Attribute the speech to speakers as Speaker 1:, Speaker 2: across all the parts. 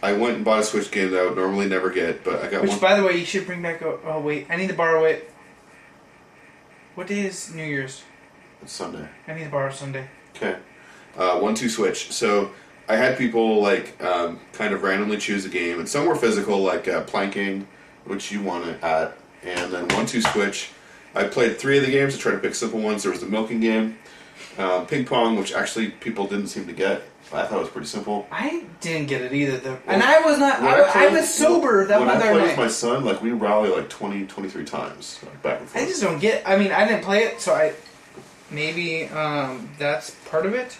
Speaker 1: I went and bought a Switch game that I would normally never get, but I got
Speaker 2: Which,
Speaker 1: one.
Speaker 2: by the way, you should bring back. Oh, oh wait, I need to borrow it. What day is New Year's?
Speaker 1: It's Sunday.
Speaker 2: I need to borrow Sunday.
Speaker 1: Okay. Uh, one two switch. So I had people like um, kind of randomly choose a game, and some were physical, like uh, planking, which you want it at, and then one two switch. I played three of the games to try to pick simple ones. There was the milking game, uh, ping pong, which actually people didn't seem to get. I thought it was pretty simple.
Speaker 2: I didn't get it either, though. And I was not.
Speaker 1: When
Speaker 2: I, I
Speaker 1: played-
Speaker 2: was sober that
Speaker 1: when
Speaker 2: other
Speaker 1: I played
Speaker 2: night.
Speaker 1: with my son, like we rally like 20, 23 times like, back and forth.
Speaker 2: I just don't get. I mean, I didn't play it, so I maybe um, that's part of it.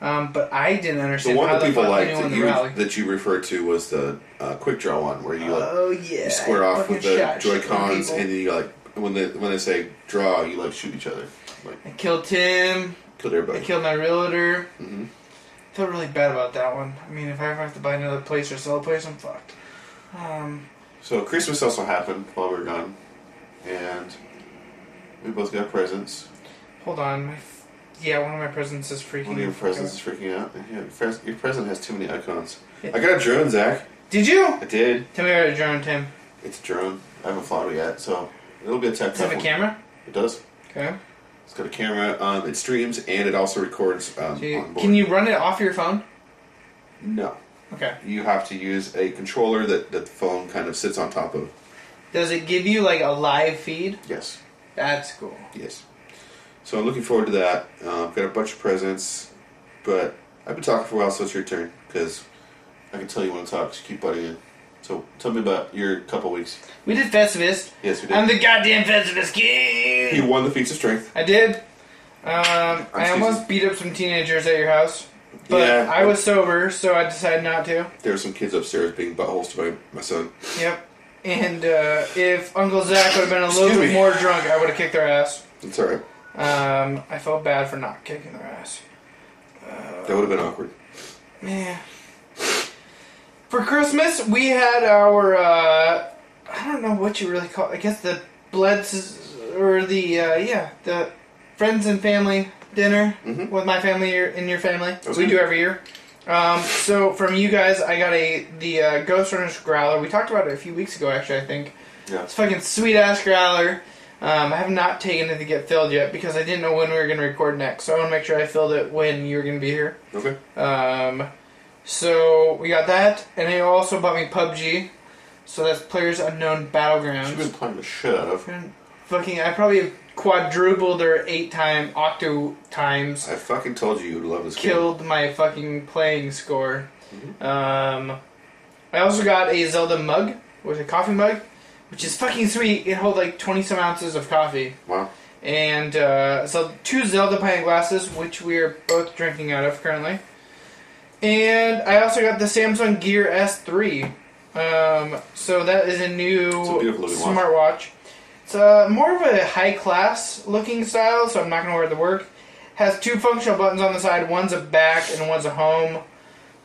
Speaker 2: Um, but I didn't
Speaker 1: the
Speaker 2: understand.
Speaker 1: one
Speaker 2: how
Speaker 1: that
Speaker 2: the
Speaker 1: people
Speaker 2: fuck
Speaker 1: liked
Speaker 2: anyone
Speaker 1: that
Speaker 2: in
Speaker 1: you
Speaker 2: the rally.
Speaker 1: that you referred to was the uh, quick draw one, where you like
Speaker 2: oh yeah,
Speaker 1: you square
Speaker 2: I
Speaker 1: off
Speaker 2: fucking
Speaker 1: with the
Speaker 2: shot shit
Speaker 1: Joy
Speaker 2: on
Speaker 1: Cons,
Speaker 2: people.
Speaker 1: and you like when they when they say draw, you like shoot each other, like
Speaker 2: I killed Tim.
Speaker 1: killed
Speaker 2: I
Speaker 1: everybody.
Speaker 2: killed my realtor.
Speaker 1: Mhm.
Speaker 2: I feel really bad about that one. I mean, if I ever have to buy another place or sell a place, I'm fucked. Um,
Speaker 1: so Christmas also happened while we were gone, and we both got presents.
Speaker 2: hold on. My f- yeah, one of my presents is freaking.
Speaker 1: One of your presents is freaking out. Yeah, your pres- your present has too many icons.
Speaker 2: Yeah.
Speaker 1: I got a drone, Zach.
Speaker 2: Did you?
Speaker 1: I did.
Speaker 2: Tell me about your drone, Tim.
Speaker 1: It's a drone. I haven't flown it yet, so it'll be a tech
Speaker 2: Does it
Speaker 1: tough
Speaker 2: have a
Speaker 1: one.
Speaker 2: camera?
Speaker 1: It does.
Speaker 2: Okay.
Speaker 1: It's got a camera. Um, it streams and it also records um,
Speaker 2: Do you-
Speaker 1: on board.
Speaker 2: can you run it off your phone?
Speaker 1: No.
Speaker 2: Okay.
Speaker 1: You have to use a controller that, that the phone kind of sits on top of.
Speaker 2: Does it give you like a live feed?
Speaker 1: Yes.
Speaker 2: That's cool.
Speaker 1: Yes. So I'm looking forward to that. Uh, I've got a bunch of presents, but I've been talking for a while, so it's your turn because I can tell you want to talk. So keep butting in. So tell me about your couple weeks.
Speaker 2: We did Festivus.
Speaker 1: Yes, we did.
Speaker 2: I'm the goddamn Festivus
Speaker 1: you
Speaker 2: king.
Speaker 1: won the feats of strength.
Speaker 2: I did. Um, I
Speaker 1: Excuse
Speaker 2: almost beat up some teenagers at your house, but
Speaker 1: Yeah.
Speaker 2: I was sober, so I decided not to.
Speaker 1: There were some kids upstairs being buttholes to my, my son.
Speaker 2: Yep. And uh, if Uncle Zach would have been a little
Speaker 1: Excuse
Speaker 2: bit
Speaker 1: me.
Speaker 2: more drunk, I would have kicked their ass.
Speaker 1: It's all right.
Speaker 2: Um, I felt bad for not kicking their ass.
Speaker 1: That would have been awkward.
Speaker 2: Yeah. For Christmas, we had our, uh, I don't know what you really call I guess the Bloods, or the, uh, yeah, the friends and family dinner
Speaker 1: Mhm.
Speaker 2: with my family or- and your family.
Speaker 1: was
Speaker 2: we
Speaker 1: good.
Speaker 2: do every year. Um, so from you guys, I got a, the, uh, Ghost Runners Growler. We talked about it a few weeks ago, actually, I think.
Speaker 1: Yeah.
Speaker 2: It's a fucking sweet ass growler. Um, I have not taken it to get filled yet because I didn't know when we were going to record next. So I want to make sure I filled it when you were going to be here.
Speaker 1: Okay.
Speaker 2: Um, so we got that, and they also bought me PUBG. So that's Players Unknown
Speaker 1: She's been
Speaker 2: Battlegrounds.
Speaker 1: playing the shit out of.
Speaker 2: And fucking, I probably have quadrupled or eight time, octo times,
Speaker 1: I fucking told you you'd love this game.
Speaker 2: killed my fucking playing score. Um, I also got a Zelda mug, with a coffee mug, which is fucking sweet. It held like twenty some ounces of coffee.
Speaker 1: Wow.
Speaker 2: And uh, so two Zelda pint glasses, which we are both drinking out of currently. And I also got the Samsung Gear S3. Um, so that is a new
Speaker 1: a beautiful looking watch.
Speaker 2: smartwatch. It's uh, more of a high class looking style, so I'm not going to wear the work. Has two functional buttons on the side. One's a back and one's a home.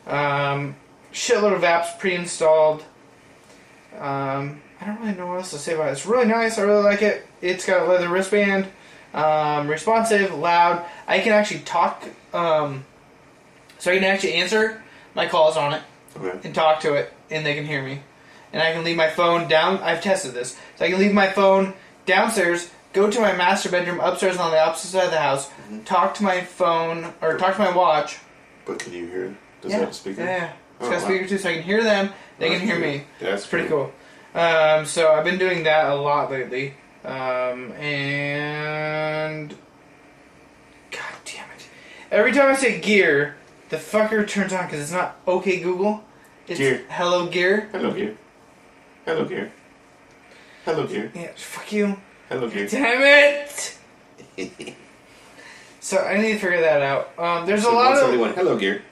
Speaker 2: Um, shitload of apps pre-installed. Um, I don't really know what else to say about it. It's really nice. I really like it. It's got a leather wristband. Um, responsive, loud. I can actually talk. Um, so I can actually answer my calls on it
Speaker 1: Okay.
Speaker 2: and talk to it, and they can hear me. And I can leave my phone down. I've tested this. So I can leave my phone downstairs, go to my master bedroom upstairs on the opposite side of the house, talk to my phone or talk to my watch.
Speaker 1: But can you hear it? Does
Speaker 2: yeah.
Speaker 1: it have a speaker?
Speaker 2: Yeah. It's
Speaker 1: Oh,
Speaker 2: got a
Speaker 1: wow.
Speaker 2: speaker too, so I can hear them. They
Speaker 1: That's
Speaker 2: can hear
Speaker 1: pretty-
Speaker 2: me.
Speaker 1: That's
Speaker 2: It's pretty cool. Um, so I've been doing that a lot lately. Um, and God damn it! Every time I say gear, the fucker turns on because it's not OK Google. It's
Speaker 1: Gear.
Speaker 2: Hello Gear.
Speaker 1: Hello, gear. Hello, gear. Hello, gear.
Speaker 2: Yeah, fuck you.
Speaker 1: Hello, gear.
Speaker 2: Damn it! so I need to figure that out. Um, there's a lot of
Speaker 1: went, Hello, gear.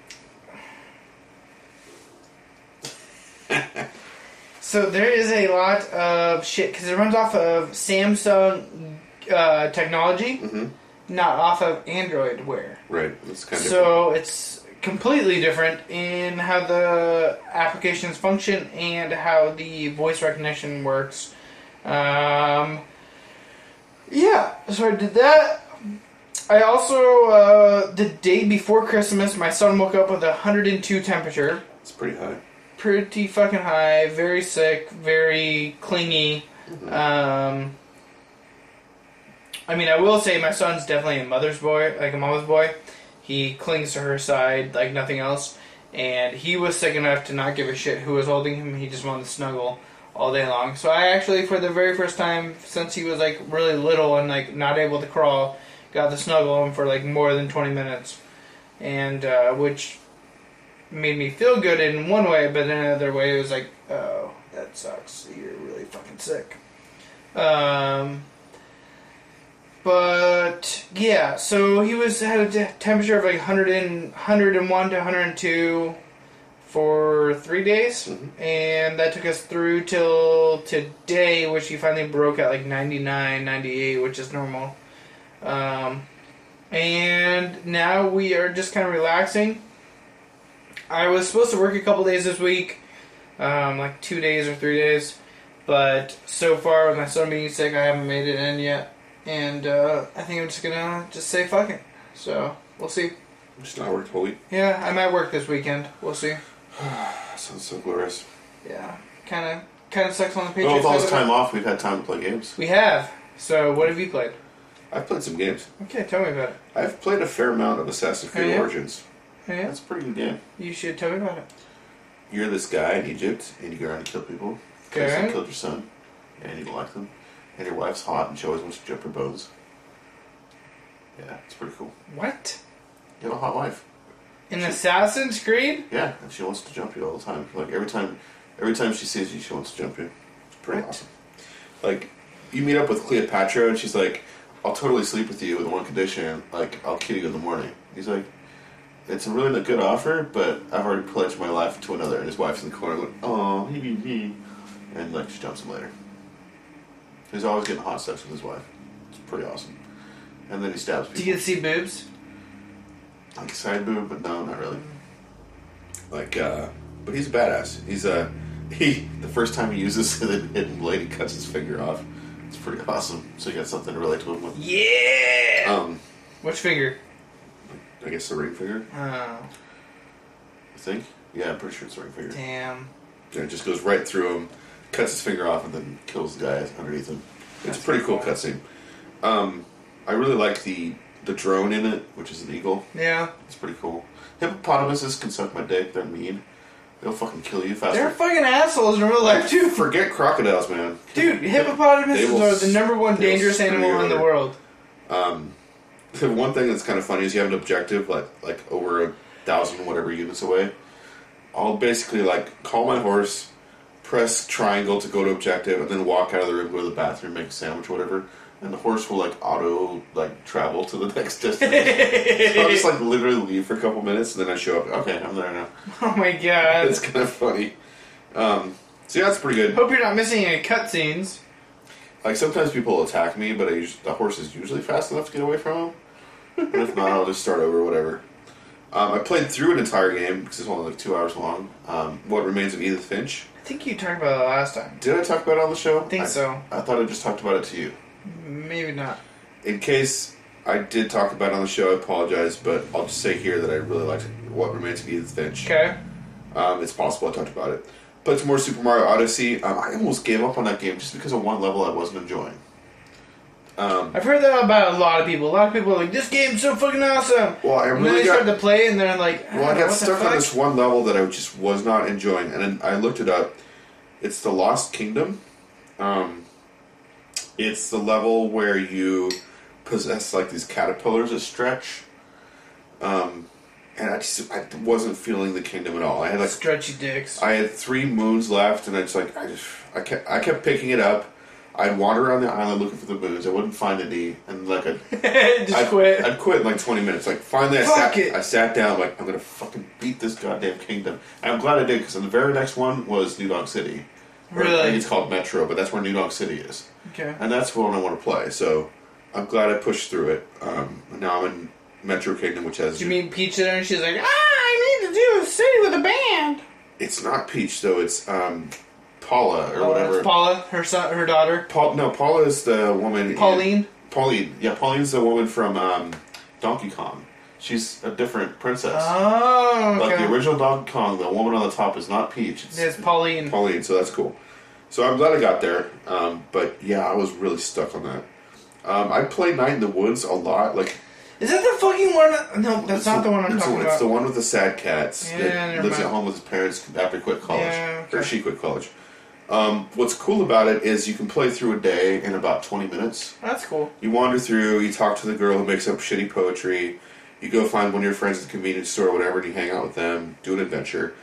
Speaker 2: So there is a lot of shit because it runs off of Samsung uh, technology,
Speaker 1: Mhm.
Speaker 2: not off of Android wear.
Speaker 1: Right. It's kind of
Speaker 2: So it's completely different in how the applications function and how the voice recognition works. Um, yeah, so I did that. I also, uh, the day before Christmas, my son woke up with a 102 temperature
Speaker 1: it's pretty high.
Speaker 2: pretty fucking high, very sick, very clingy. Um, I mean, I will say my son's definitely a mother's boy, like a mama's boy. He clings to her side like nothing else. And he was sick enough to not give a shit who was holding him. He just wanted to snuggle all day long. So I actually, for the very first time since he was like really little and like not able to crawl, got to snuggle him for like more than 20 minutes. And uh, which made me feel good in one way, but in another way, it was like, oh, that sucks. You're really fucking sick. Um, but yeah, so he was had a te- temperature of like 100 and, 101 to 102 for three days, and that took us through till today, which he finally broke at like 99, 98, which is normal. Um, and now we are just kind of relaxing. I was supposed to work a couple days this week, um, like two days or three days, but so far with my son being sick, I haven't made it in yet, and uh, I think I'm just gonna just say fuck it. So we'll see.
Speaker 3: Just not worked whole week.
Speaker 2: Yeah, I might work this weekend. We'll see.
Speaker 3: That sounds so glorious.
Speaker 2: Yeah, kind of kind of sucks on the
Speaker 3: Well,
Speaker 2: Patriots.
Speaker 3: with all this time off, we've had time to play games.
Speaker 2: We have. So what have you played?
Speaker 3: I've played some games.
Speaker 2: Okay, tell me about it.
Speaker 3: I've played a fair amount of Assassin's Creed
Speaker 2: Oh, yeah?
Speaker 3: Origins.
Speaker 2: Yeah,
Speaker 3: That's a pretty good game.
Speaker 2: you should tell me about it.
Speaker 3: You're this guy in Egypt, and you go around and kill people. Because
Speaker 2: Okay.
Speaker 3: you killed your son, and you don't like them, and your wife's hot, and she always wants to jump her bones. Yeah, it's pretty cool.
Speaker 2: What?
Speaker 3: You have a hot wife.
Speaker 2: In Assassin's Creed?
Speaker 3: Yeah, and she wants to jump you all the time. Like every time, every time she sees you, she wants to jump you. It's pretty
Speaker 2: What?
Speaker 3: awesome. Like, you meet up with Cleopatra, and she's like, "I'll totally sleep with you with one condition. Like, I'll kill you in the morning." He's like, "It's a really not good offer, but I've already pledged my life to another." And his wife's in the corner, like, "Oh, hee hee hee," and like she jumps him later. He's always getting hot sex with his wife. It's pretty awesome. And then he stabs people
Speaker 2: Do you get to see boobs?
Speaker 3: like side boob, but no, not really. Like, uh, but he's a badass. He's a he. The first time he uses the hidden blade, he cuts his finger off. It's pretty awesome. So you got something to relate to him with.
Speaker 2: Yeah.
Speaker 3: Um,
Speaker 2: Which finger?
Speaker 3: I guess the ring finger.
Speaker 2: Oh,
Speaker 3: I think. Yeah, I'm pretty sure it's the ring finger.
Speaker 2: damn.
Speaker 3: Yeah, it just goes right through him, cuts his finger off, and then kills the guy underneath him. It's a pretty cool cutscene. Um, I really like the the drone in it, which is an eagle.
Speaker 2: Yeah.
Speaker 3: It's pretty cool. Hippopotamuses can suck my dick. They're mean. They'll fucking kill you faster.
Speaker 2: They're fucking assholes in real life
Speaker 3: Dude,
Speaker 2: too.
Speaker 3: forget crocodiles, man.
Speaker 2: Dude,
Speaker 3: They
Speaker 2: hippopotamuses
Speaker 3: will
Speaker 2: are the number one
Speaker 3: they will
Speaker 2: dangerous
Speaker 3: screw you
Speaker 2: animal in the
Speaker 3: over.
Speaker 2: world.
Speaker 3: The one thing that's kind of funny is you have an objective like like over a thousand whatever units away. I'll basically like call my horse, press triangle to go to objective, and then walk out of the room, go to the bathroom, make a sandwich, whatever. And the horse will like auto like travel to the next destination. so I'll just like literally leave for a couple minutes, and then I show up. Okay, I'm there now.
Speaker 2: Oh my god.
Speaker 3: It's kind of funny. Um, so yeah, that's pretty good.
Speaker 2: Hope you're not missing any cutscenes.
Speaker 3: Like sometimes people attack me, but I us- the horse is usually fast enough to get away from them. And if not, I'll just start over, whatever. Um, I played through an entire game because it's only like two hours long. Um, what remains of Edith Finch?
Speaker 2: I think you talked about it last time.
Speaker 3: Did I talk about it on the show? I
Speaker 2: think so.
Speaker 3: I thought I just talked about it to you.
Speaker 2: Maybe not.
Speaker 3: In case I did talk about it on the show, I apologize, but I'll just say here that I really liked What Remains of Edith Finch.
Speaker 2: Okay.
Speaker 3: Um, it's possible I talked about it. Played some more Super Mario Odyssey. Um, I almost gave up on that game just because of one level I wasn't enjoying.
Speaker 2: I've heard that about a lot of people. A lot of people are like, "This game's so fucking awesome."
Speaker 3: Well, I
Speaker 2: and then
Speaker 3: really
Speaker 2: they
Speaker 3: got-
Speaker 2: start to play, and they're like,
Speaker 3: Well, I
Speaker 2: "Ah,
Speaker 3: got
Speaker 2: what the
Speaker 3: stuck on
Speaker 2: fuck?"
Speaker 3: this one level that I just was not enjoying, and then I looked it up. It's the Lost Kingdom. Um, it's the level where you possess like these caterpillars that stretch. Um, and I just I wasn't feeling the kingdom at all. I had like
Speaker 2: stretchy dicks."
Speaker 3: I had three moons left, and I just like I just I kept I kept picking it up. I'd wander around the island looking for the moons. I wouldn't find any, and like I
Speaker 2: Just
Speaker 3: I'd,
Speaker 2: quit.
Speaker 3: I'd quit in like 20 minutes. Like finally, I
Speaker 2: Fuck
Speaker 3: sat,
Speaker 2: it.
Speaker 3: I sat down. Like I'm gonna fucking beat this goddamn kingdom. And I'm glad I did because the very next one was New Dog City. Or I
Speaker 2: Really?
Speaker 3: think it's called Metro, but that's where New Dog City is,
Speaker 2: okay.
Speaker 3: and that's what I want to play. So I'm glad I pushed through it. Um, now I'm in Metro Kingdom, which has
Speaker 2: You mean Peach there, and she's like, "Ah, I need to do a city with a band."
Speaker 3: it's not Peach though. It's um, Paula or
Speaker 2: Oh,
Speaker 3: whatever.
Speaker 2: that's Paula, her son, her daughter.
Speaker 3: Paul, no, Paula is the woman. in-
Speaker 2: Pauline?
Speaker 3: Pauline, yeah, Pauline's the woman from um, Donkey Kong. She's a different princess.
Speaker 2: Oh,
Speaker 3: Like
Speaker 2: okay.
Speaker 3: the original Donkey Kong, the woman on the top is not Peach. It's
Speaker 2: There's Pauline.
Speaker 3: Pauline, so that's cool. So I'm glad I got there, um, but yeah, I was really stuck on that. Um, I play Night in the Woods a lot. Like
Speaker 2: Is that the fucking one? No, that's not the one I'm
Speaker 3: it's
Speaker 2: talking
Speaker 3: the,
Speaker 2: about.
Speaker 3: It's the one with the sad cats
Speaker 2: Yeah,
Speaker 3: that
Speaker 2: never
Speaker 3: lives at
Speaker 2: mind.
Speaker 3: home with his parents after quit college,
Speaker 2: Yeah,
Speaker 3: or
Speaker 2: okay.
Speaker 3: she quit college. Um, what's cool about it is you can play through a day in about twenty minutes.
Speaker 2: That's cool.
Speaker 3: You wander through. You talk to the girl who makes up shitty poetry. You go find one of your friends at the convenience store, or whatever, and you hang out with them, do an adventure,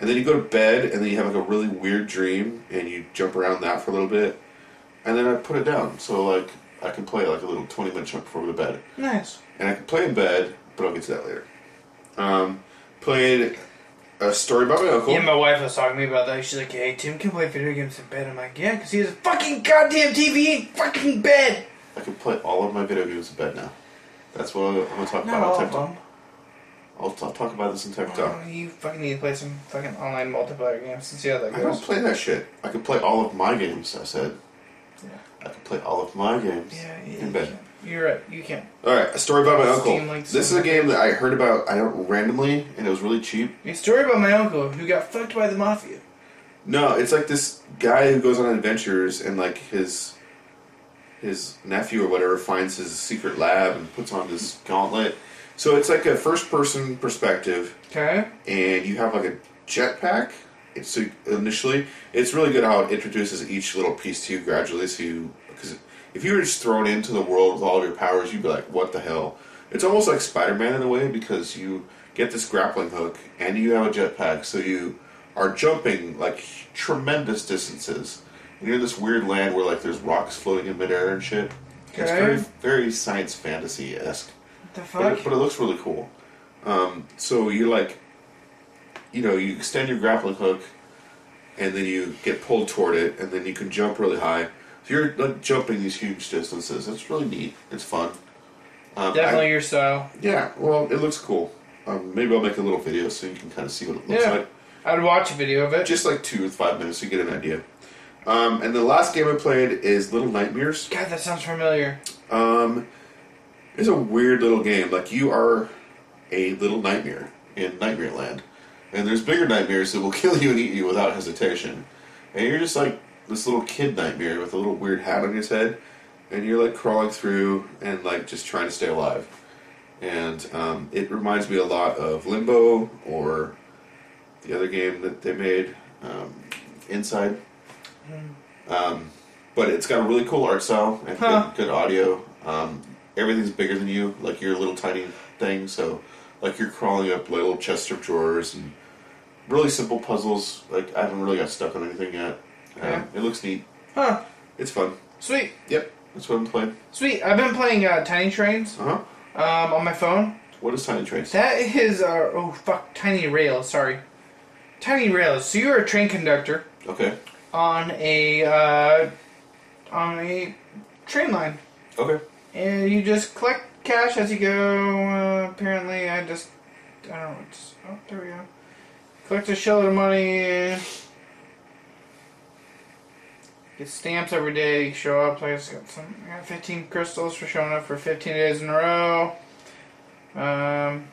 Speaker 3: and then you go to bed, and then you have like a really weird dream, and you jump around that for a little bit, and then I put it down. So like I can play like a little twenty minute chunk before I go to bed
Speaker 2: Nice.
Speaker 3: and I could play in bed, but I'll get to that later. Um, played a story by my uncle.
Speaker 2: Yeah, my wife was talking to me about that. She's like, "Hey, Tim can play video games in bed." I'm like, "Yeah, because he has a fucking goddamn TV in fucking bed."
Speaker 3: I can play all of my video games in bed now. That's what I'm gonna talk
Speaker 2: Not
Speaker 3: about.
Speaker 2: all
Speaker 3: All
Speaker 2: of
Speaker 3: time.
Speaker 2: them.
Speaker 3: I'll t- talk about this in time.
Speaker 2: Oh, you fucking need to play some fucking online multiplayer games and see how that
Speaker 3: I don't
Speaker 2: goes.
Speaker 3: play that shit. I can play all of my games. I said.
Speaker 2: Yeah.
Speaker 3: I can play all of my games
Speaker 2: Yeah, yeah,
Speaker 3: in
Speaker 2: you
Speaker 3: bed.
Speaker 2: can't. You're right. You can't.
Speaker 3: All right, a story about my
Speaker 2: Steam
Speaker 3: uncle.
Speaker 2: links
Speaker 3: This is
Speaker 2: in
Speaker 3: a game that I heard about. I don't randomly, and it was really cheap.
Speaker 2: A story about my uncle who got fucked by the mafia.
Speaker 3: No, it's like this guy who goes on adventures and like his his nephew or whatever finds his secret lab and puts on this gauntlet. So it's like a first person perspective
Speaker 2: Okay.
Speaker 3: and you have like a jetpack. It's so initially it's really good how it introduces each little piece to you gradually so you because if you were just thrown into the world with all of your powers, you'd be like, "What the hell?" It's almost like Spider-Man in a way because you get this grappling hook and you have a jetpack, so you are jumping like tremendous distances. And you're in this weird land where like there's rocks floating in midair and shit. It's
Speaker 2: Okay.
Speaker 3: very very science fantasy esque
Speaker 2: What the
Speaker 3: but it,
Speaker 2: fuck?
Speaker 3: but it looks really cool. Um, so you like, you know, you extend your grappling hook, and then you get pulled toward it, and then you can jump really high. So you're like jumping these huge distances. It's really neat. It's fun. Um, I-
Speaker 2: Definitely your style.
Speaker 3: yeah. Well, it looks cool. Um, maybe I'll make a little video so you can kind of see what it looks
Speaker 2: Yeah.
Speaker 3: like.
Speaker 2: I'd watch a video of it.
Speaker 3: Just like two or five minutes to get an idea. Um, and the last game I played is Little Nightmares.
Speaker 2: God, that sounds familiar.
Speaker 3: Um, it's a weird little game. Like you are a little nightmare in Nightmare Land, and there's bigger nightmares that will kill you and eat you without hesitation. And you're just like this little kid nightmare with a little weird hat on his head, and you're like crawling through and like just trying to stay alive. And um, it reminds me a lot of Limbo or the other game that they made, um, Inside. Um, but it's got a really cool art style and good-
Speaker 2: Huh.
Speaker 3: good, audio. Um, everything's bigger than you, like you're a little tiny thing. So, like you're crawling up little chests of drawers and really simple puzzles. Like I haven't really got stuck on anything yet. Um,
Speaker 2: Yeah.
Speaker 3: It looks neat.
Speaker 2: Huh.
Speaker 3: It's fun.
Speaker 2: Sweet.
Speaker 3: Yep, that's what I'm playing.
Speaker 2: Sweet. I've been playing uh, Tiny Trains
Speaker 3: Uh huh.
Speaker 2: um, on my phone.
Speaker 3: What is Tiny Trace?
Speaker 2: That is, uh, oh fuck, Tiny Rails, sorry. Tiny Rails, so you're a train conductor
Speaker 3: Okay.
Speaker 2: on a, uh, on a train line.
Speaker 3: Okay.
Speaker 2: And you just collect cash as you go, uh, apparently I just, I don't know, it's, oh, there we go. Collect a shitload of money. Get stamps every day, you show up, I just got some, I got 15 crystals for showing up for 15 days in a row. Um,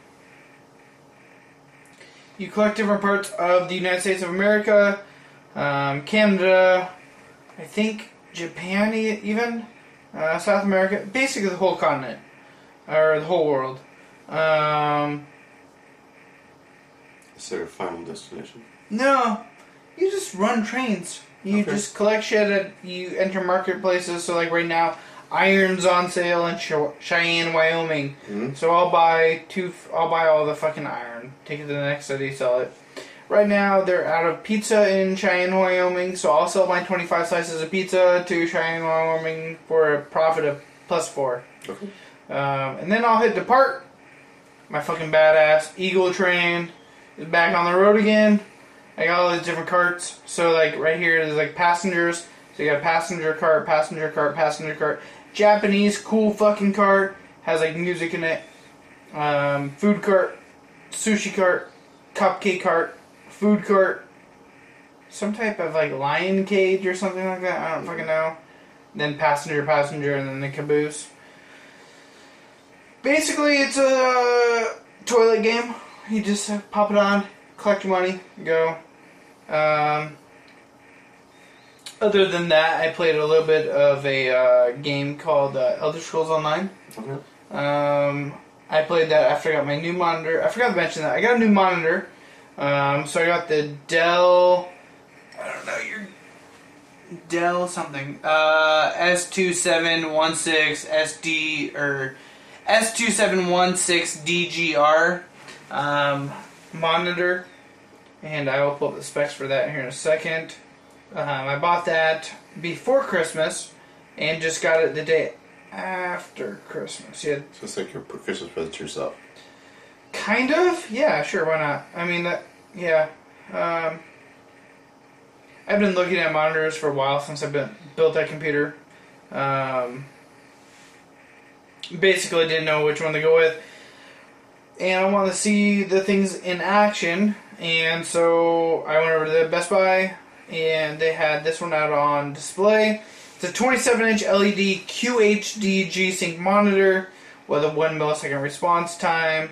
Speaker 2: you collect different parts of the United States of America, um, Canada, I think Japan e- even, uh, South America, basically the whole continent or the whole world. Um,
Speaker 3: Is there a final destination?
Speaker 2: no, you just run trains. You
Speaker 3: Okay.
Speaker 2: just collect shit. At, you enter marketplaces. So like right now, iron's on sale in Chew- Cheyenne, Wyoming.
Speaker 3: Mhm.
Speaker 2: So I'll buy two. I'll buy all the fucking iron. Take it to the next city. Sell it. Right now they're out of pizza in Cheyenne, Wyoming. So I'll sell my twenty-five slices of pizza to Cheyenne, Wyoming for a profit of plus four.
Speaker 3: Okay.
Speaker 2: Um, and then I'll hit depart. My fucking badass Eagle train is back on the road again. I got all these different carts. So like right here, there's like passengers. So you got passenger cart, passenger cart, passenger cart. Japanese cool fucking cart has like music in it. Um, food cart, sushi cart, cupcake cart, food cart. Some type of like lion cage or something like that. I don't fucking know. Then passenger, passenger, and then the caboose. Basically, it's a toilet game. You just uh, pop it on, collect your money, go. Um, Other than that, I played a little bit of a uh, game called uh, Elder Scrolls Online.
Speaker 3: Okay.
Speaker 2: Um, I played that after I got my new monitor. I forgot to mention that I got a new monitor. Um, so I got the Dell. I don't know your Dell something. Uh, S two seven one six SD or S two seven one six DGR um, monitor, and I will pull up the specs for that here in a second. Um, I bought that before Christmas, and just got it the day after Christmas. Yeah,
Speaker 3: So it's like your Christmas present to yourself.
Speaker 2: Kind of, yeah, sure, why not? I mean, that, yeah. Um, I've been looking at monitors for a while since I've been built that computer. Um, basically, didn't know which one to go with, and I want to see the things in action. And so I went over to the Best Buy, and they had this one out on display. It's a 27-inch LED QHD G-Sync monitor with a one millisecond response time.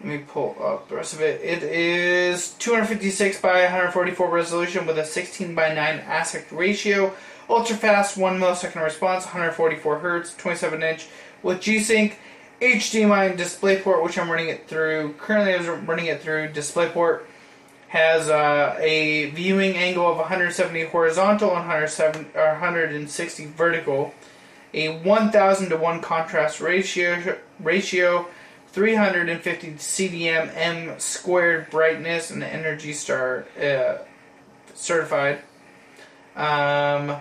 Speaker 2: Let me pull up the rest of it. It is 256 by 144 resolution with a 16 by 9 aspect ratio, ultra fast 1 millisecond response, 144 hertz, 27 inch with G-Sync, HDMI and DisplayPort, which I'm running it through. Currently, I'm running it through DisplayPort. Has uh, a viewing angle of 170 horizontal and 107, or 160 vertical a 1000 to 1 contrast ratio ratio 350 cdm m squared brightness and energy star uh, certified um,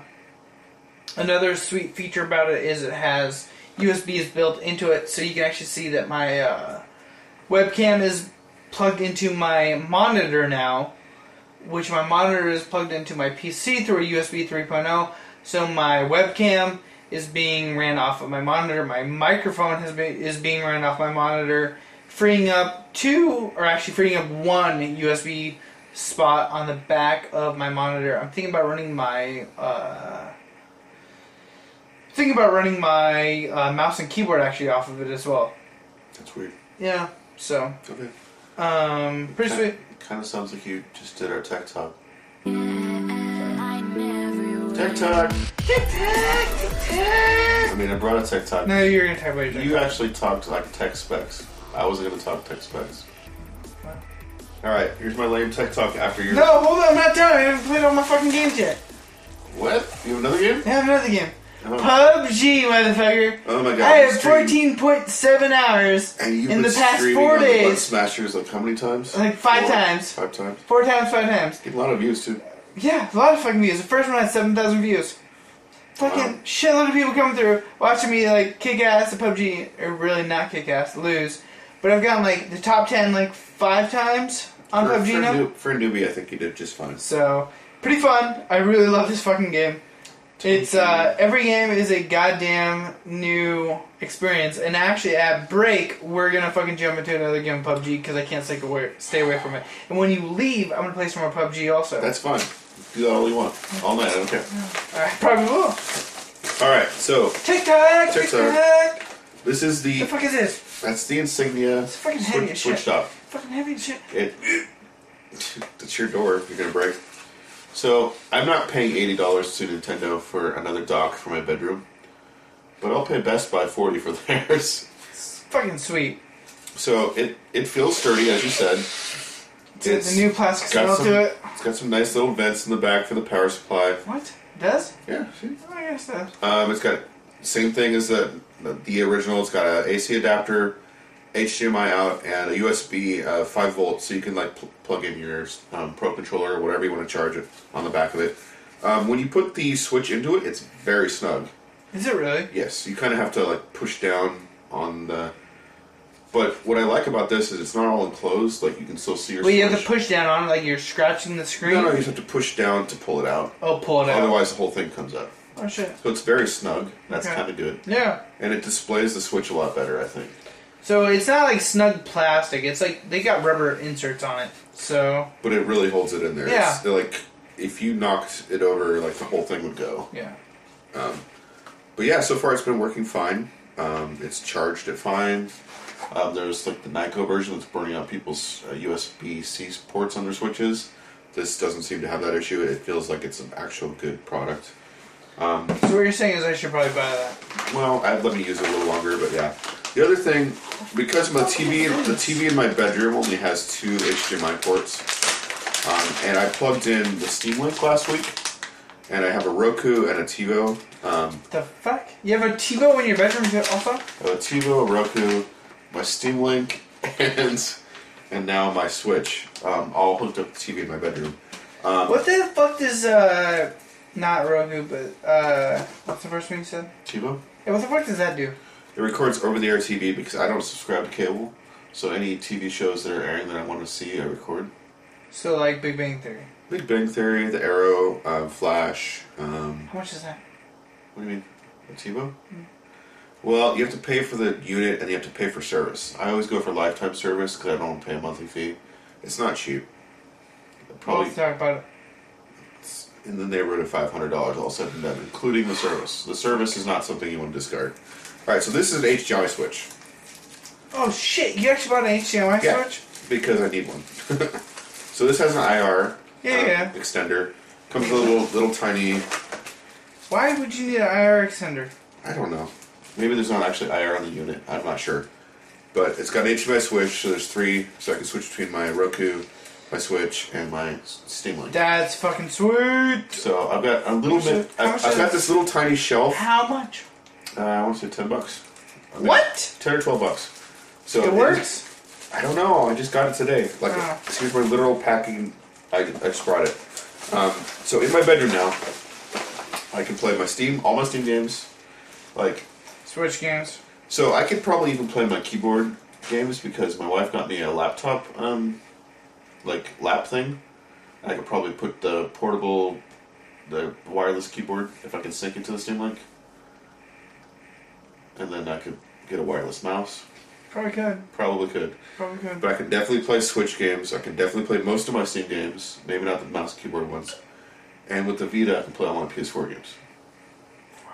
Speaker 2: another sweet feature about it is it has usb is built into it so you can actually see that my uh, webcam is plugged into my monitor now which my monitor is plugged into my PC through a USB 3.0. oh. So my webcam is being ran off of my monitor. My microphone has been is being ran off my monitor, freeing up two or actually freeing up one USB spot on the back of my monitor. I'm thinking about running my uh, thinking about running my uh, mouse and keyboard actually off of it as well.
Speaker 3: That's weird.
Speaker 2: Yeah. So
Speaker 3: Okay.
Speaker 2: um, pretty sweet.
Speaker 3: Kind of sounds like you just did our tech talk.
Speaker 4: I'm everywhere.
Speaker 3: Tech talk. I mean, I brought a tech talk.
Speaker 2: No, you're gonna talk about your
Speaker 3: You actually talked like tech specs. I wasn't gonna talk tech specs. All right, here's my lame tech talk after your.
Speaker 2: No, hold on, I'm not done. I haven't played all my fucking games yet.
Speaker 3: What? You have another game?
Speaker 2: I have another game.
Speaker 3: Oh,
Speaker 2: PUBG, motherfucker.
Speaker 3: Oh my god!
Speaker 2: I
Speaker 3: you've
Speaker 2: have
Speaker 3: streamed-
Speaker 2: 14.7 hours
Speaker 3: And you've
Speaker 2: in the
Speaker 3: been
Speaker 2: past
Speaker 3: streaming
Speaker 2: four
Speaker 3: on the Button
Speaker 2: days.
Speaker 3: Smashers like how many times?
Speaker 2: Like five
Speaker 3: Four?
Speaker 2: times.
Speaker 3: Five times.
Speaker 2: Four times, five times.
Speaker 3: Get a lot of views too.
Speaker 2: Yeah, a lot of fucking views. The first one had 7,000 views. Fucking
Speaker 3: Wow.
Speaker 2: shitload of people coming through, watching me like kick ass at PUBG, or really not kick ass, lose. But I've gotten like the top 10 like five times on
Speaker 3: for,
Speaker 2: PUBG
Speaker 3: for,
Speaker 2: now.
Speaker 3: noob- for a newbie, I think you did just fine.
Speaker 2: So, pretty fun. I really love this fucking game. It's uh, every game is a goddamn new experience, and actually at break we're gonna fucking jump into another game of PUBG because I can't stay away, stay away from it. And when you leave, I'm gonna play some more PUBG also.
Speaker 3: That's fine. Do that all you want, all night. I don't care.
Speaker 2: I probably will.
Speaker 3: All right, so
Speaker 2: Tic Tac, Tic
Speaker 3: TikTok.
Speaker 2: Tac.
Speaker 3: this is
Speaker 2: The
Speaker 3: the
Speaker 2: fuck is this?
Speaker 3: that's the insignia
Speaker 2: It's fucking heavy
Speaker 3: switch,
Speaker 2: as shit.
Speaker 3: switched up.
Speaker 2: Fucking heavy as shit.
Speaker 3: It it's your door if you're gonna break. So I'm not paying eighty dollars to Nintendo for another dock for my bedroom, but I'll pay Best Buy forty for theirs.
Speaker 2: It's fucking sweet.
Speaker 3: So it it feels sturdy as you said.
Speaker 2: It's, the new plastic smell
Speaker 3: some,
Speaker 2: to it.
Speaker 3: It's got some nice little vents in the back for the power supply.
Speaker 2: What? Does?
Speaker 3: Yeah, see?
Speaker 2: Oh, I guess it does.
Speaker 3: Um, it's got same thing as the the original. It's got a AC adapter, HDMI out, and a USB uh, five volt, so you can like pl- plug in your um, Pro controller or whatever you want to charge it on the back of it. Um, when you put the switch into it, it's very snug.
Speaker 2: Is it really?
Speaker 3: Yes, you kind of have to like push down on the. But what I like about this is it's not all enclosed. Like you can still see your.
Speaker 2: Well, you have
Speaker 3: switch.
Speaker 2: to push down on it like you're scratching the screen.
Speaker 3: No, no, you just have to push down to pull it out.
Speaker 2: Oh, pull it out.
Speaker 3: Otherwise, the whole thing comes up.
Speaker 2: Oh shit.
Speaker 3: So it's very snug. That's
Speaker 2: Okay.
Speaker 3: kind of good,
Speaker 2: Yeah.
Speaker 3: and it displays the switch a lot better, I think.
Speaker 2: So it's not like snug plastic. It's like they got rubber inserts on it. So
Speaker 3: But it really holds it in there. It's,
Speaker 2: Yeah.
Speaker 3: like if you knocked it over, like the whole thing would go.
Speaker 2: yeah.
Speaker 3: But yeah, so far it's been working fine. Um, it's charged it fine. Um, there's like the Nyko version that's burning out people's uh, USB C ports on their switches. This doesn't seem to have that issue. It feels like it's an actual good product.
Speaker 2: So what you're saying is I should probably buy that.
Speaker 3: Well, I'd let me use it a little longer, but yeah. The other thing, because my TV, the TV in my bedroom only has two HDMI ports, um, and I plugged in the Steam Link last week, and I have a Roku and a TiVo. Um,
Speaker 2: The fuck? You have a TiVo in your bedroom also?
Speaker 3: a TiVo, a Roku, my Steam Link, and and now my Switch, um, all hooked up to TV in my bedroom.
Speaker 2: What the fuck does uh not Roku but uh what's the first thing you said?
Speaker 3: TiVo.
Speaker 2: Yeah, what the fuck does that do?
Speaker 3: It records over the air TV because I don't subscribe to cable. So any TV shows that are airing that I want to see, I record.
Speaker 2: So like Big Bang Theory.
Speaker 3: Big Bang Theory, The Arrow, um, Flash. Um,
Speaker 2: How much is that?
Speaker 3: what do you mean? A TiVo?
Speaker 2: Hmm.
Speaker 3: Well, you have to pay for the unit and you have to pay for service. I always go for lifetime service because I don't want to pay a monthly fee. It's not cheap.
Speaker 2: Well,
Speaker 3: Probably
Speaker 2: let's talk about it.
Speaker 3: it's in the neighborhood of five hundred dollars all said and done, including the service. The service is not something you want to discard. All right, so this is an HDMI switch.
Speaker 2: Oh shit, you actually bought an HDMI
Speaker 3: Yeah,
Speaker 2: switch?
Speaker 3: because I need one. so this has an IR
Speaker 2: Yeah, yeah.
Speaker 3: extender. Comes with a little little tiny.
Speaker 2: Why would you need an IR extender?
Speaker 3: I don't know. Maybe there's not actually IR on the unit. I'm not sure. But it's got an HDMI switch, so there's three, so I can switch between my Roku, my Switch, and my S- Steam Link.
Speaker 2: That's fucking sweet.
Speaker 3: So I've got a little
Speaker 2: How much
Speaker 3: bit.
Speaker 2: is- how
Speaker 3: I've,
Speaker 2: much
Speaker 3: I've got
Speaker 2: is-
Speaker 3: this little tiny shelf.
Speaker 2: How much?
Speaker 3: Uh, I want to say ten bucks. I mean,
Speaker 2: What?
Speaker 3: Ten or twelve bucks. So
Speaker 2: It works?
Speaker 3: I don't know. I just got it today. Like,
Speaker 2: Ah.
Speaker 3: excuse my literal packing. I, I just brought it. Um, so in my bedroom now, I can play my Steam, all my Steam games. Like,
Speaker 2: Switch games.
Speaker 3: so I could probably even play my keyboard games because my wife got me a laptop, um, like lap thing. I could probably put the portable, the wireless keyboard if I can sync it to the Steam Link, and then I could get a wireless mouse.
Speaker 2: Probably could.
Speaker 3: Probably could.
Speaker 2: Probably could.
Speaker 3: But I can definitely play Switch games. I can definitely play most of my Steam games, maybe not the mouse and keyboard ones. And with the Vita, I can play all my PS4 games. Wow.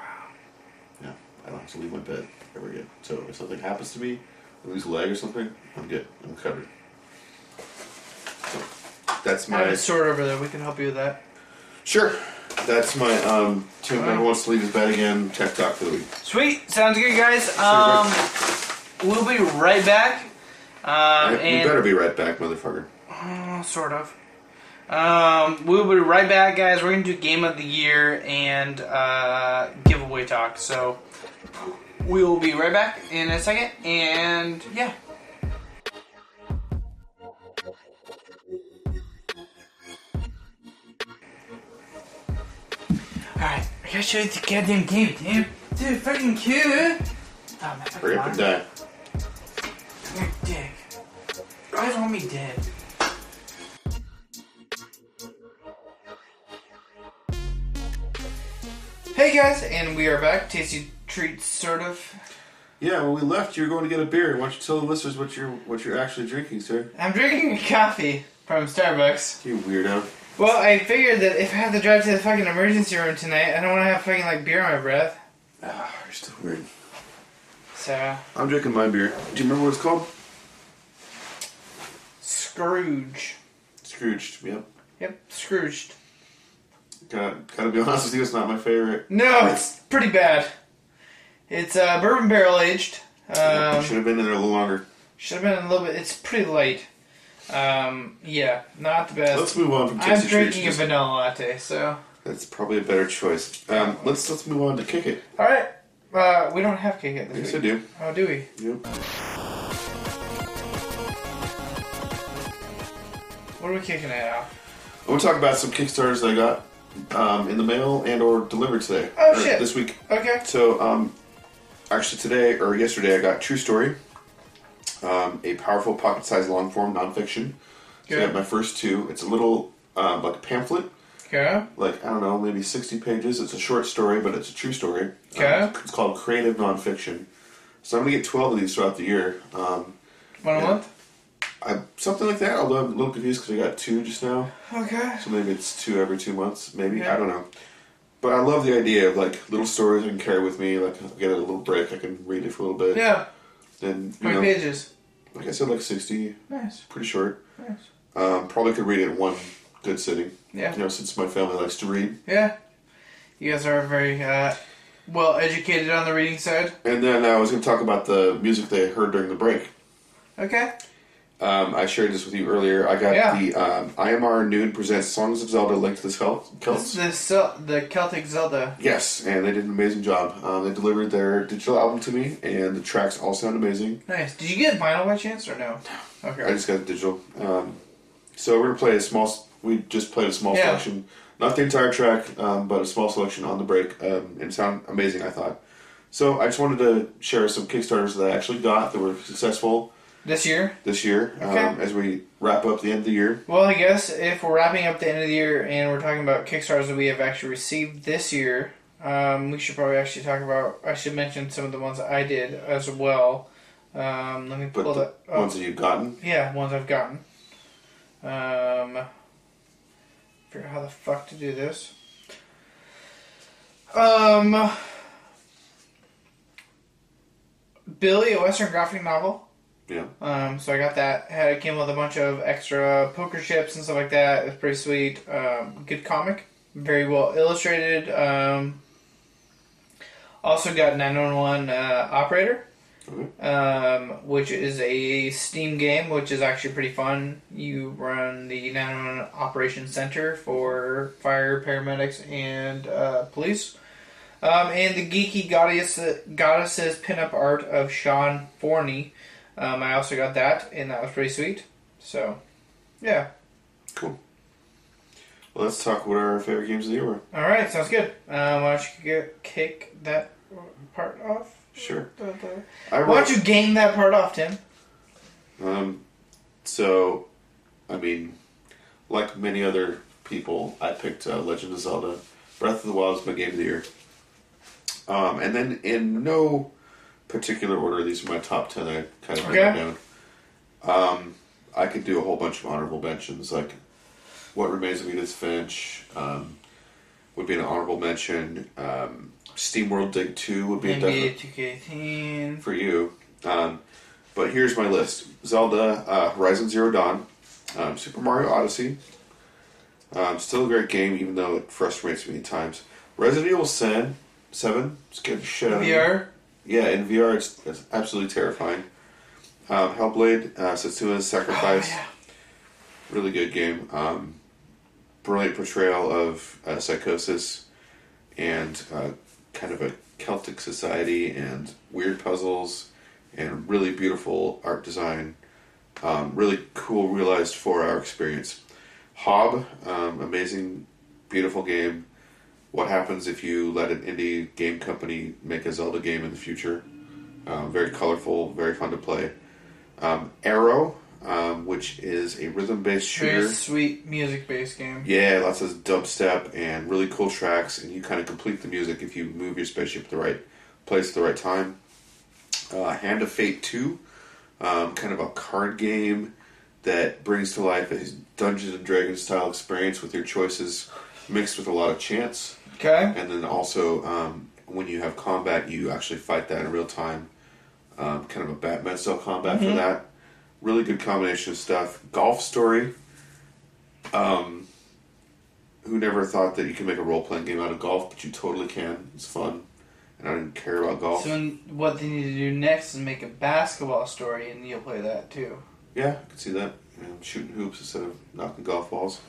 Speaker 3: Yeah, I don't have to leave my bed ever again. So if something happens to me, I lose a leg or something, I'm good. I'm covered. So that's
Speaker 2: I
Speaker 3: my
Speaker 2: have a sword over there. We can help you with that.
Speaker 3: sure. That's my um. Tim never wants to leave his bed again. Tech talk for the week.
Speaker 2: Sweet. Sounds good, guys. Um, we'll be right back. Um,
Speaker 3: we
Speaker 2: and
Speaker 3: better be right back, motherfucker.
Speaker 2: Well, sort of. Um, we'll be right back, guys. We're gonna do game of the year and uh, giveaway talk. So we will be right back in a second. And yeah. All right, I gotta show you the goddamn game, damn. Dude, fucking cute. Oh, my fucking
Speaker 3: Hurry up and
Speaker 2: monitor.
Speaker 3: die.
Speaker 2: You're a dick. You guys want me dead. Hey guys, and we are back. Tasty treats, sort of.
Speaker 3: Yeah, when we left, you were going to get a beer. Why don't you tell the listeners what you're what you're actually drinking, sir?
Speaker 2: I'm drinking coffee from Starbucks.
Speaker 3: You weirdo.
Speaker 2: Well, I figured that if I had to drive to the fucking emergency room tonight, I don't want to have fucking like beer on my breath.
Speaker 3: Ah, you're still weird.
Speaker 2: So,
Speaker 3: I'm drinking my beer. Do you remember what it's called?
Speaker 2: Scrooge.
Speaker 3: Scrooged. Yep.
Speaker 2: Yep, Scrooged.
Speaker 3: Gotta, gotta be honest with you, it's not my favorite.
Speaker 2: No, it's pretty bad. It's uh, bourbon barrel aged. Um,
Speaker 3: Should have been in there a little longer.
Speaker 2: Should have been a little bit. It's pretty light. Um, yeah, not the best.
Speaker 3: Let's move on from
Speaker 2: I'm
Speaker 3: tasty
Speaker 2: drinking a
Speaker 3: treats.
Speaker 2: vanilla latte, so.
Speaker 3: That's probably a better choice. Um, let's let's move on to kick it.
Speaker 2: All right. Uh, we don't have cake at this
Speaker 3: Yes, I
Speaker 2: week.
Speaker 3: do.
Speaker 2: Oh, do we?
Speaker 3: Yep.
Speaker 2: What are we kicking it off?
Speaker 3: I want to talk about some Kickstarters that I got um, in the mail and or delivered today.
Speaker 2: Oh,
Speaker 3: Or
Speaker 2: shit.
Speaker 3: This week.
Speaker 2: Okay.
Speaker 3: So, um, actually, today or yesterday, I got True Story, um, a powerful pocket sized long form nonfiction. So, I
Speaker 2: Good.
Speaker 3: got my first two. It's a little um, like a pamphlet,
Speaker 2: Okay.
Speaker 3: like, I don't know, maybe 60 pages. It's a short story, but it's a true story. Um,
Speaker 2: Okay.
Speaker 3: it's called Creative Nonfiction. So, I'm going to get 12 of these throughout the year. Um,
Speaker 2: One
Speaker 3: Yeah.
Speaker 2: a month?
Speaker 3: I, something like that, although I'm a little confused because I got two just now.
Speaker 2: Okay.
Speaker 3: So maybe it's two every two months, maybe.
Speaker 2: Yeah.
Speaker 3: I don't know. But I love the idea of like little stories I can carry with me. Like, I'll get a little break, I can read it for a little bit.
Speaker 2: Yeah.
Speaker 3: Then,
Speaker 2: How
Speaker 3: you
Speaker 2: many
Speaker 3: know,
Speaker 2: pages?
Speaker 3: like I said, like 60,
Speaker 2: Nice.
Speaker 3: pretty short.
Speaker 2: Nice.
Speaker 3: Um, probably could read it in one good sitting.
Speaker 2: Yeah.
Speaker 3: You know, since my family likes to read.
Speaker 2: Yeah. You guys are very uh, well educated on the reading side.
Speaker 3: And then I was going to talk about the music they heard during the break.
Speaker 2: Okay.
Speaker 3: Um, I shared this with you earlier. I got
Speaker 2: Yeah.
Speaker 3: the um, IMR Noon presents Songs of Zelda linked to the Cel-
Speaker 2: This is
Speaker 3: Celts.
Speaker 2: the, Cel- the Celtic Zelda.
Speaker 3: Yes, and they did an amazing job. Um, they delivered their digital album to me, and the tracks all sound amazing.
Speaker 2: Nice. Did you get vinyl by chance or no?
Speaker 3: I
Speaker 2: Okay.
Speaker 3: just got the digital. Um, so we're gonna play a small. s- We just played a small
Speaker 2: Yeah.
Speaker 3: selection, not the entire track, um, but a small selection on the break, um, and it sounded amazing. I thought. So I just wanted to share some kickstarters that I actually got that were successful
Speaker 2: This year?
Speaker 3: this year. Um,
Speaker 2: Okay.
Speaker 3: as we wrap up the end of the year,
Speaker 2: Well, I guess if we're wrapping up the end of the year and we're talking about Kickstarters that we have actually received this year, um, we should probably actually talk about. I should mention some of the ones that I did as well. Um, let me
Speaker 3: but
Speaker 2: pull
Speaker 3: the
Speaker 2: that up.
Speaker 3: ones that you've gotten,
Speaker 2: Yeah, ones I've gotten. Um, figure out how the fuck to do this. Um, Billy, a Western graphic novel.
Speaker 3: yeah,
Speaker 2: Um, so I got that. Had it came with a bunch of extra poker chips and stuff like that. It was pretty sweet. Um, good comic, very well illustrated. Um, also got 911 uh, Operator, um, which is a Steam game, which is actually pretty fun. You run the 911 Operation Center for fire, paramedics, and uh, police. Um, and the geeky goddess, goddesses pinup art of Sean Forney. Um, I also got that, and that was pretty sweet. So, yeah.
Speaker 3: cool. Well, let's talk what our favorite games of the year were.
Speaker 2: All right, sounds good. Um, why don't you get, kick that part off?
Speaker 3: Sure.
Speaker 2: The- the- Why
Speaker 3: I
Speaker 2: don't
Speaker 3: wrote-
Speaker 2: you game that part off, Tim?
Speaker 3: Um, so, I mean, like many other people, I picked uh, Legend of Zelda. Breath of the Wild is my game of the year. Um, and then, in no particular order, these are my top 10 I kind of wrote
Speaker 2: Okay.
Speaker 3: down. Um, I could do a whole bunch of honorable mentions, like What Remains of Edith Finch um, would be an honorable mention. Um, SteamWorld Dig 2 would be a definite
Speaker 2: NBA 2K18.
Speaker 3: for you. Um, but here's my list: Zelda, uh, Horizon Zero Dawn, um, Super Mario Odyssey. Um, still a great game, even though it frustrates me at times. Resident Evil Sin Seven scared the shit out of me.
Speaker 2: VR.
Speaker 3: Yeah, in VR, it's, it's absolutely terrifying. Um, Hellblade, uh, Setsuna's Sacrifice,
Speaker 2: yeah.
Speaker 3: really good game. Um, brilliant portrayal of uh, psychosis and uh, kind of a Celtic society and weird puzzles and really beautiful art design. Um, really cool, realized four-hour experience. Hob, um, amazing, beautiful game what happens if you let an indie game company make a Zelda game in the future. Um, very colorful, very fun to play. Um, Arrow, um, which is a rhythm based
Speaker 2: Very
Speaker 3: shooter.
Speaker 2: sweet music based game.
Speaker 3: Yeah, lots of dubstep and really cool tracks, and you kind of complete the music if you move your spaceship to the right place at the right time. Uh, Hand of Fate 2, um, kind of a card game that brings to life a Dungeons and Dragons style experience with your choices mixed with a lot of chance.
Speaker 2: Okay.
Speaker 3: And then also, um, when you have combat, you actually fight that in real time. Um, kind of a Batman style combat for that. Really good combination of stuff. Golf Story. Um, who never thought that you could make a role playing game out of golf, but you totally can. It's fun. And I didn't care about golf.
Speaker 2: So, then what they need to do next is make a basketball story, and you'll play that too.
Speaker 3: Yeah, I could see that. You know, shooting hoops instead of knocking golf balls.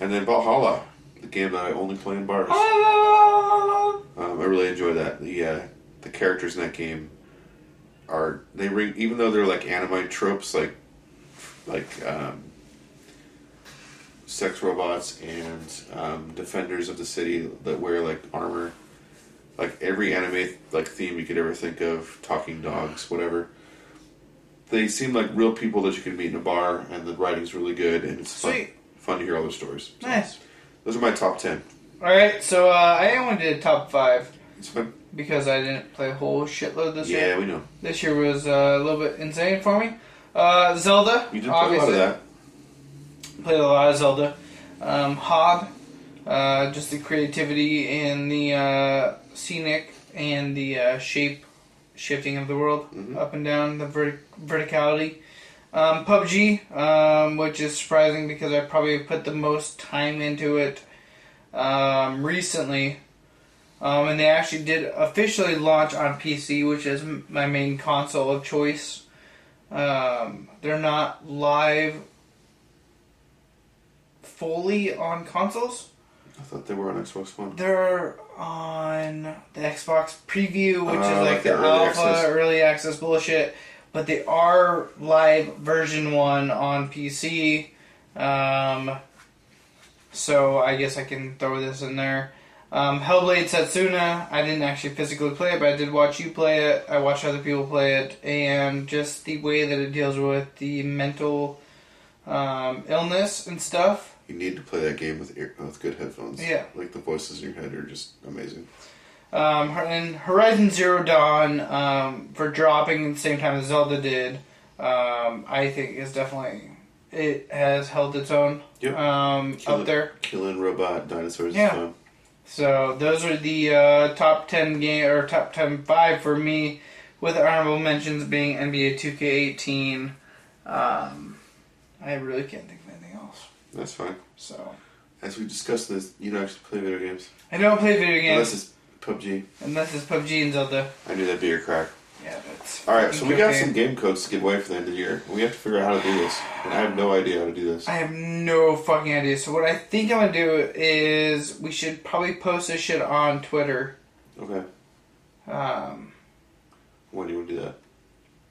Speaker 3: And then Valhalla, the game that I only play in bars. Um, I really enjoy that. The uh, the characters in that game are they ring even though they're like anime tropes like like um, sex robots and um, defenders of the city that wear like armor, like every anime like theme you could ever think of, talking dogs, whatever. They seem like real people that you can meet in a bar, and the writing's really good, and it's fun,
Speaker 2: Sweet.
Speaker 3: fun to hear all their stories. So,
Speaker 2: Nice.
Speaker 3: Those are my top ten.
Speaker 2: All right, so uh, I only did top five
Speaker 3: It's fun.
Speaker 2: because I didn't play a whole shitload this year.
Speaker 3: Yeah, we know.
Speaker 2: This year was uh, a little bit insane for me. Uh, Zelda.
Speaker 3: You did play a lot of that.
Speaker 2: Played a lot of Zelda. Um, Hob. Uh, just the creativity and the uh, scenic and the uh, shape shifting of the world up and down, the vertic- verticality. Um, PUBG, um, which is surprising because I probably put the most time into it um, recently. Um, and they actually did officially launch on PC, which is m- my main console of choice. Um, they're not live fully on consoles.
Speaker 3: I thought they were on Xbox One.
Speaker 2: They're on the Xbox preview, which
Speaker 3: Uh,
Speaker 2: is like
Speaker 3: like
Speaker 2: the
Speaker 3: the early
Speaker 2: alpha,
Speaker 3: access.
Speaker 2: early access bullshit. But they are live version one on PC. Um, so I guess I can throw this in there. Um, Hellblade Setsuna, I didn't actually physically play it, but I did watch you play it. I watched other people play it, and just the way that it deals with the mental um, illness and stuff.
Speaker 3: You need to play that game with ear- with good headphones.
Speaker 2: Yeah.
Speaker 3: like the voices in your head are just amazing.
Speaker 2: Um, Hor- and Horizon Zero Dawn um, for dropping at the same time as Zelda did, um, I think is definitely it has held its own
Speaker 3: Yep.
Speaker 2: um,
Speaker 3: Killer-
Speaker 2: up there.
Speaker 3: Killing robot dinosaurs.
Speaker 2: Yeah.
Speaker 3: Is fun.
Speaker 2: So those are the uh, top ten game or top ten five for me, with honorable mentions being NBA Two K eighteen. Um, I really can't think of anything else.
Speaker 3: That's fine.
Speaker 2: So
Speaker 3: As we discussed this, you don't actually play video games
Speaker 2: I don't play video
Speaker 3: unless
Speaker 2: games
Speaker 3: it's PUBG.
Speaker 2: unless it's PUBG and Zelda.
Speaker 3: I knew that'd be your crack.
Speaker 2: Yeah, that's
Speaker 3: All right, so we got
Speaker 2: okay.
Speaker 3: some game codes to give away for the end of the year. We have to figure out how to do this, and I have no idea how to do this.
Speaker 2: I have no fucking idea. So what I think I'm gonna do is we should probably post this shit on Twitter
Speaker 3: Okay,
Speaker 2: um,
Speaker 3: when do you want to do that?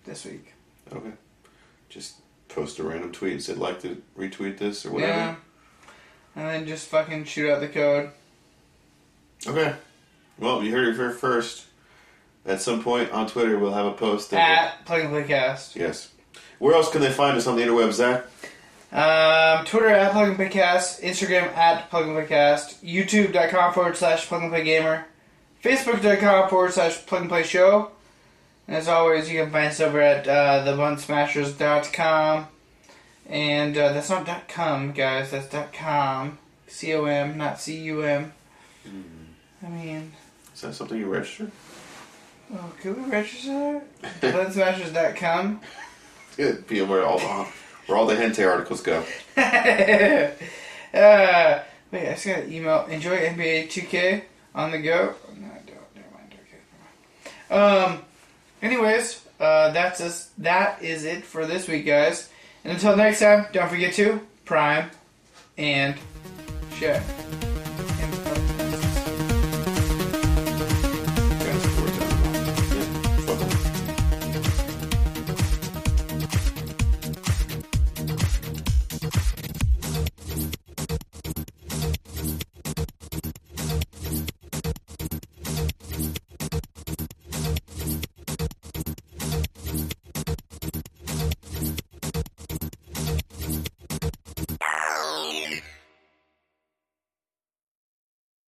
Speaker 2: this week.
Speaker 3: Okay, just post a random tweet and say like to retweet this or whatever.
Speaker 2: Yeah. And then just fucking shoot out the code.
Speaker 3: Okay. Well, you heard it here first. At some point on Twitter, we'll have a post. That
Speaker 2: At Plug and Play Cast.
Speaker 3: yes. Where else can they find us on the interweb, Zach?
Speaker 2: Um, Twitter at Plug and Play Cast. Instagram at Plug and Play Cast. YouTube.com forward slash Plug and Play Gamer. Facebook.com forward slash Plug and Play Show. And as always, you can find us over at uh, thebunsmashers.com. And uh, that's not dot .com, guys. That's dot .com. C-O-M, not C-U-M. I mean,
Speaker 3: Is that something you register?
Speaker 2: oh, could we register that? thebunsmashers.com.
Speaker 3: It'd be where all the, where all the hentai articles go.
Speaker 2: uh, wait, I just got an email. Enjoy NBA 2K on the go. Oh, no, I don't. Never mind. Okay, never mind. Um. Anyways, uh, that's us. That is it for this week, guys. And until next time, don't forget to prime and share. uh,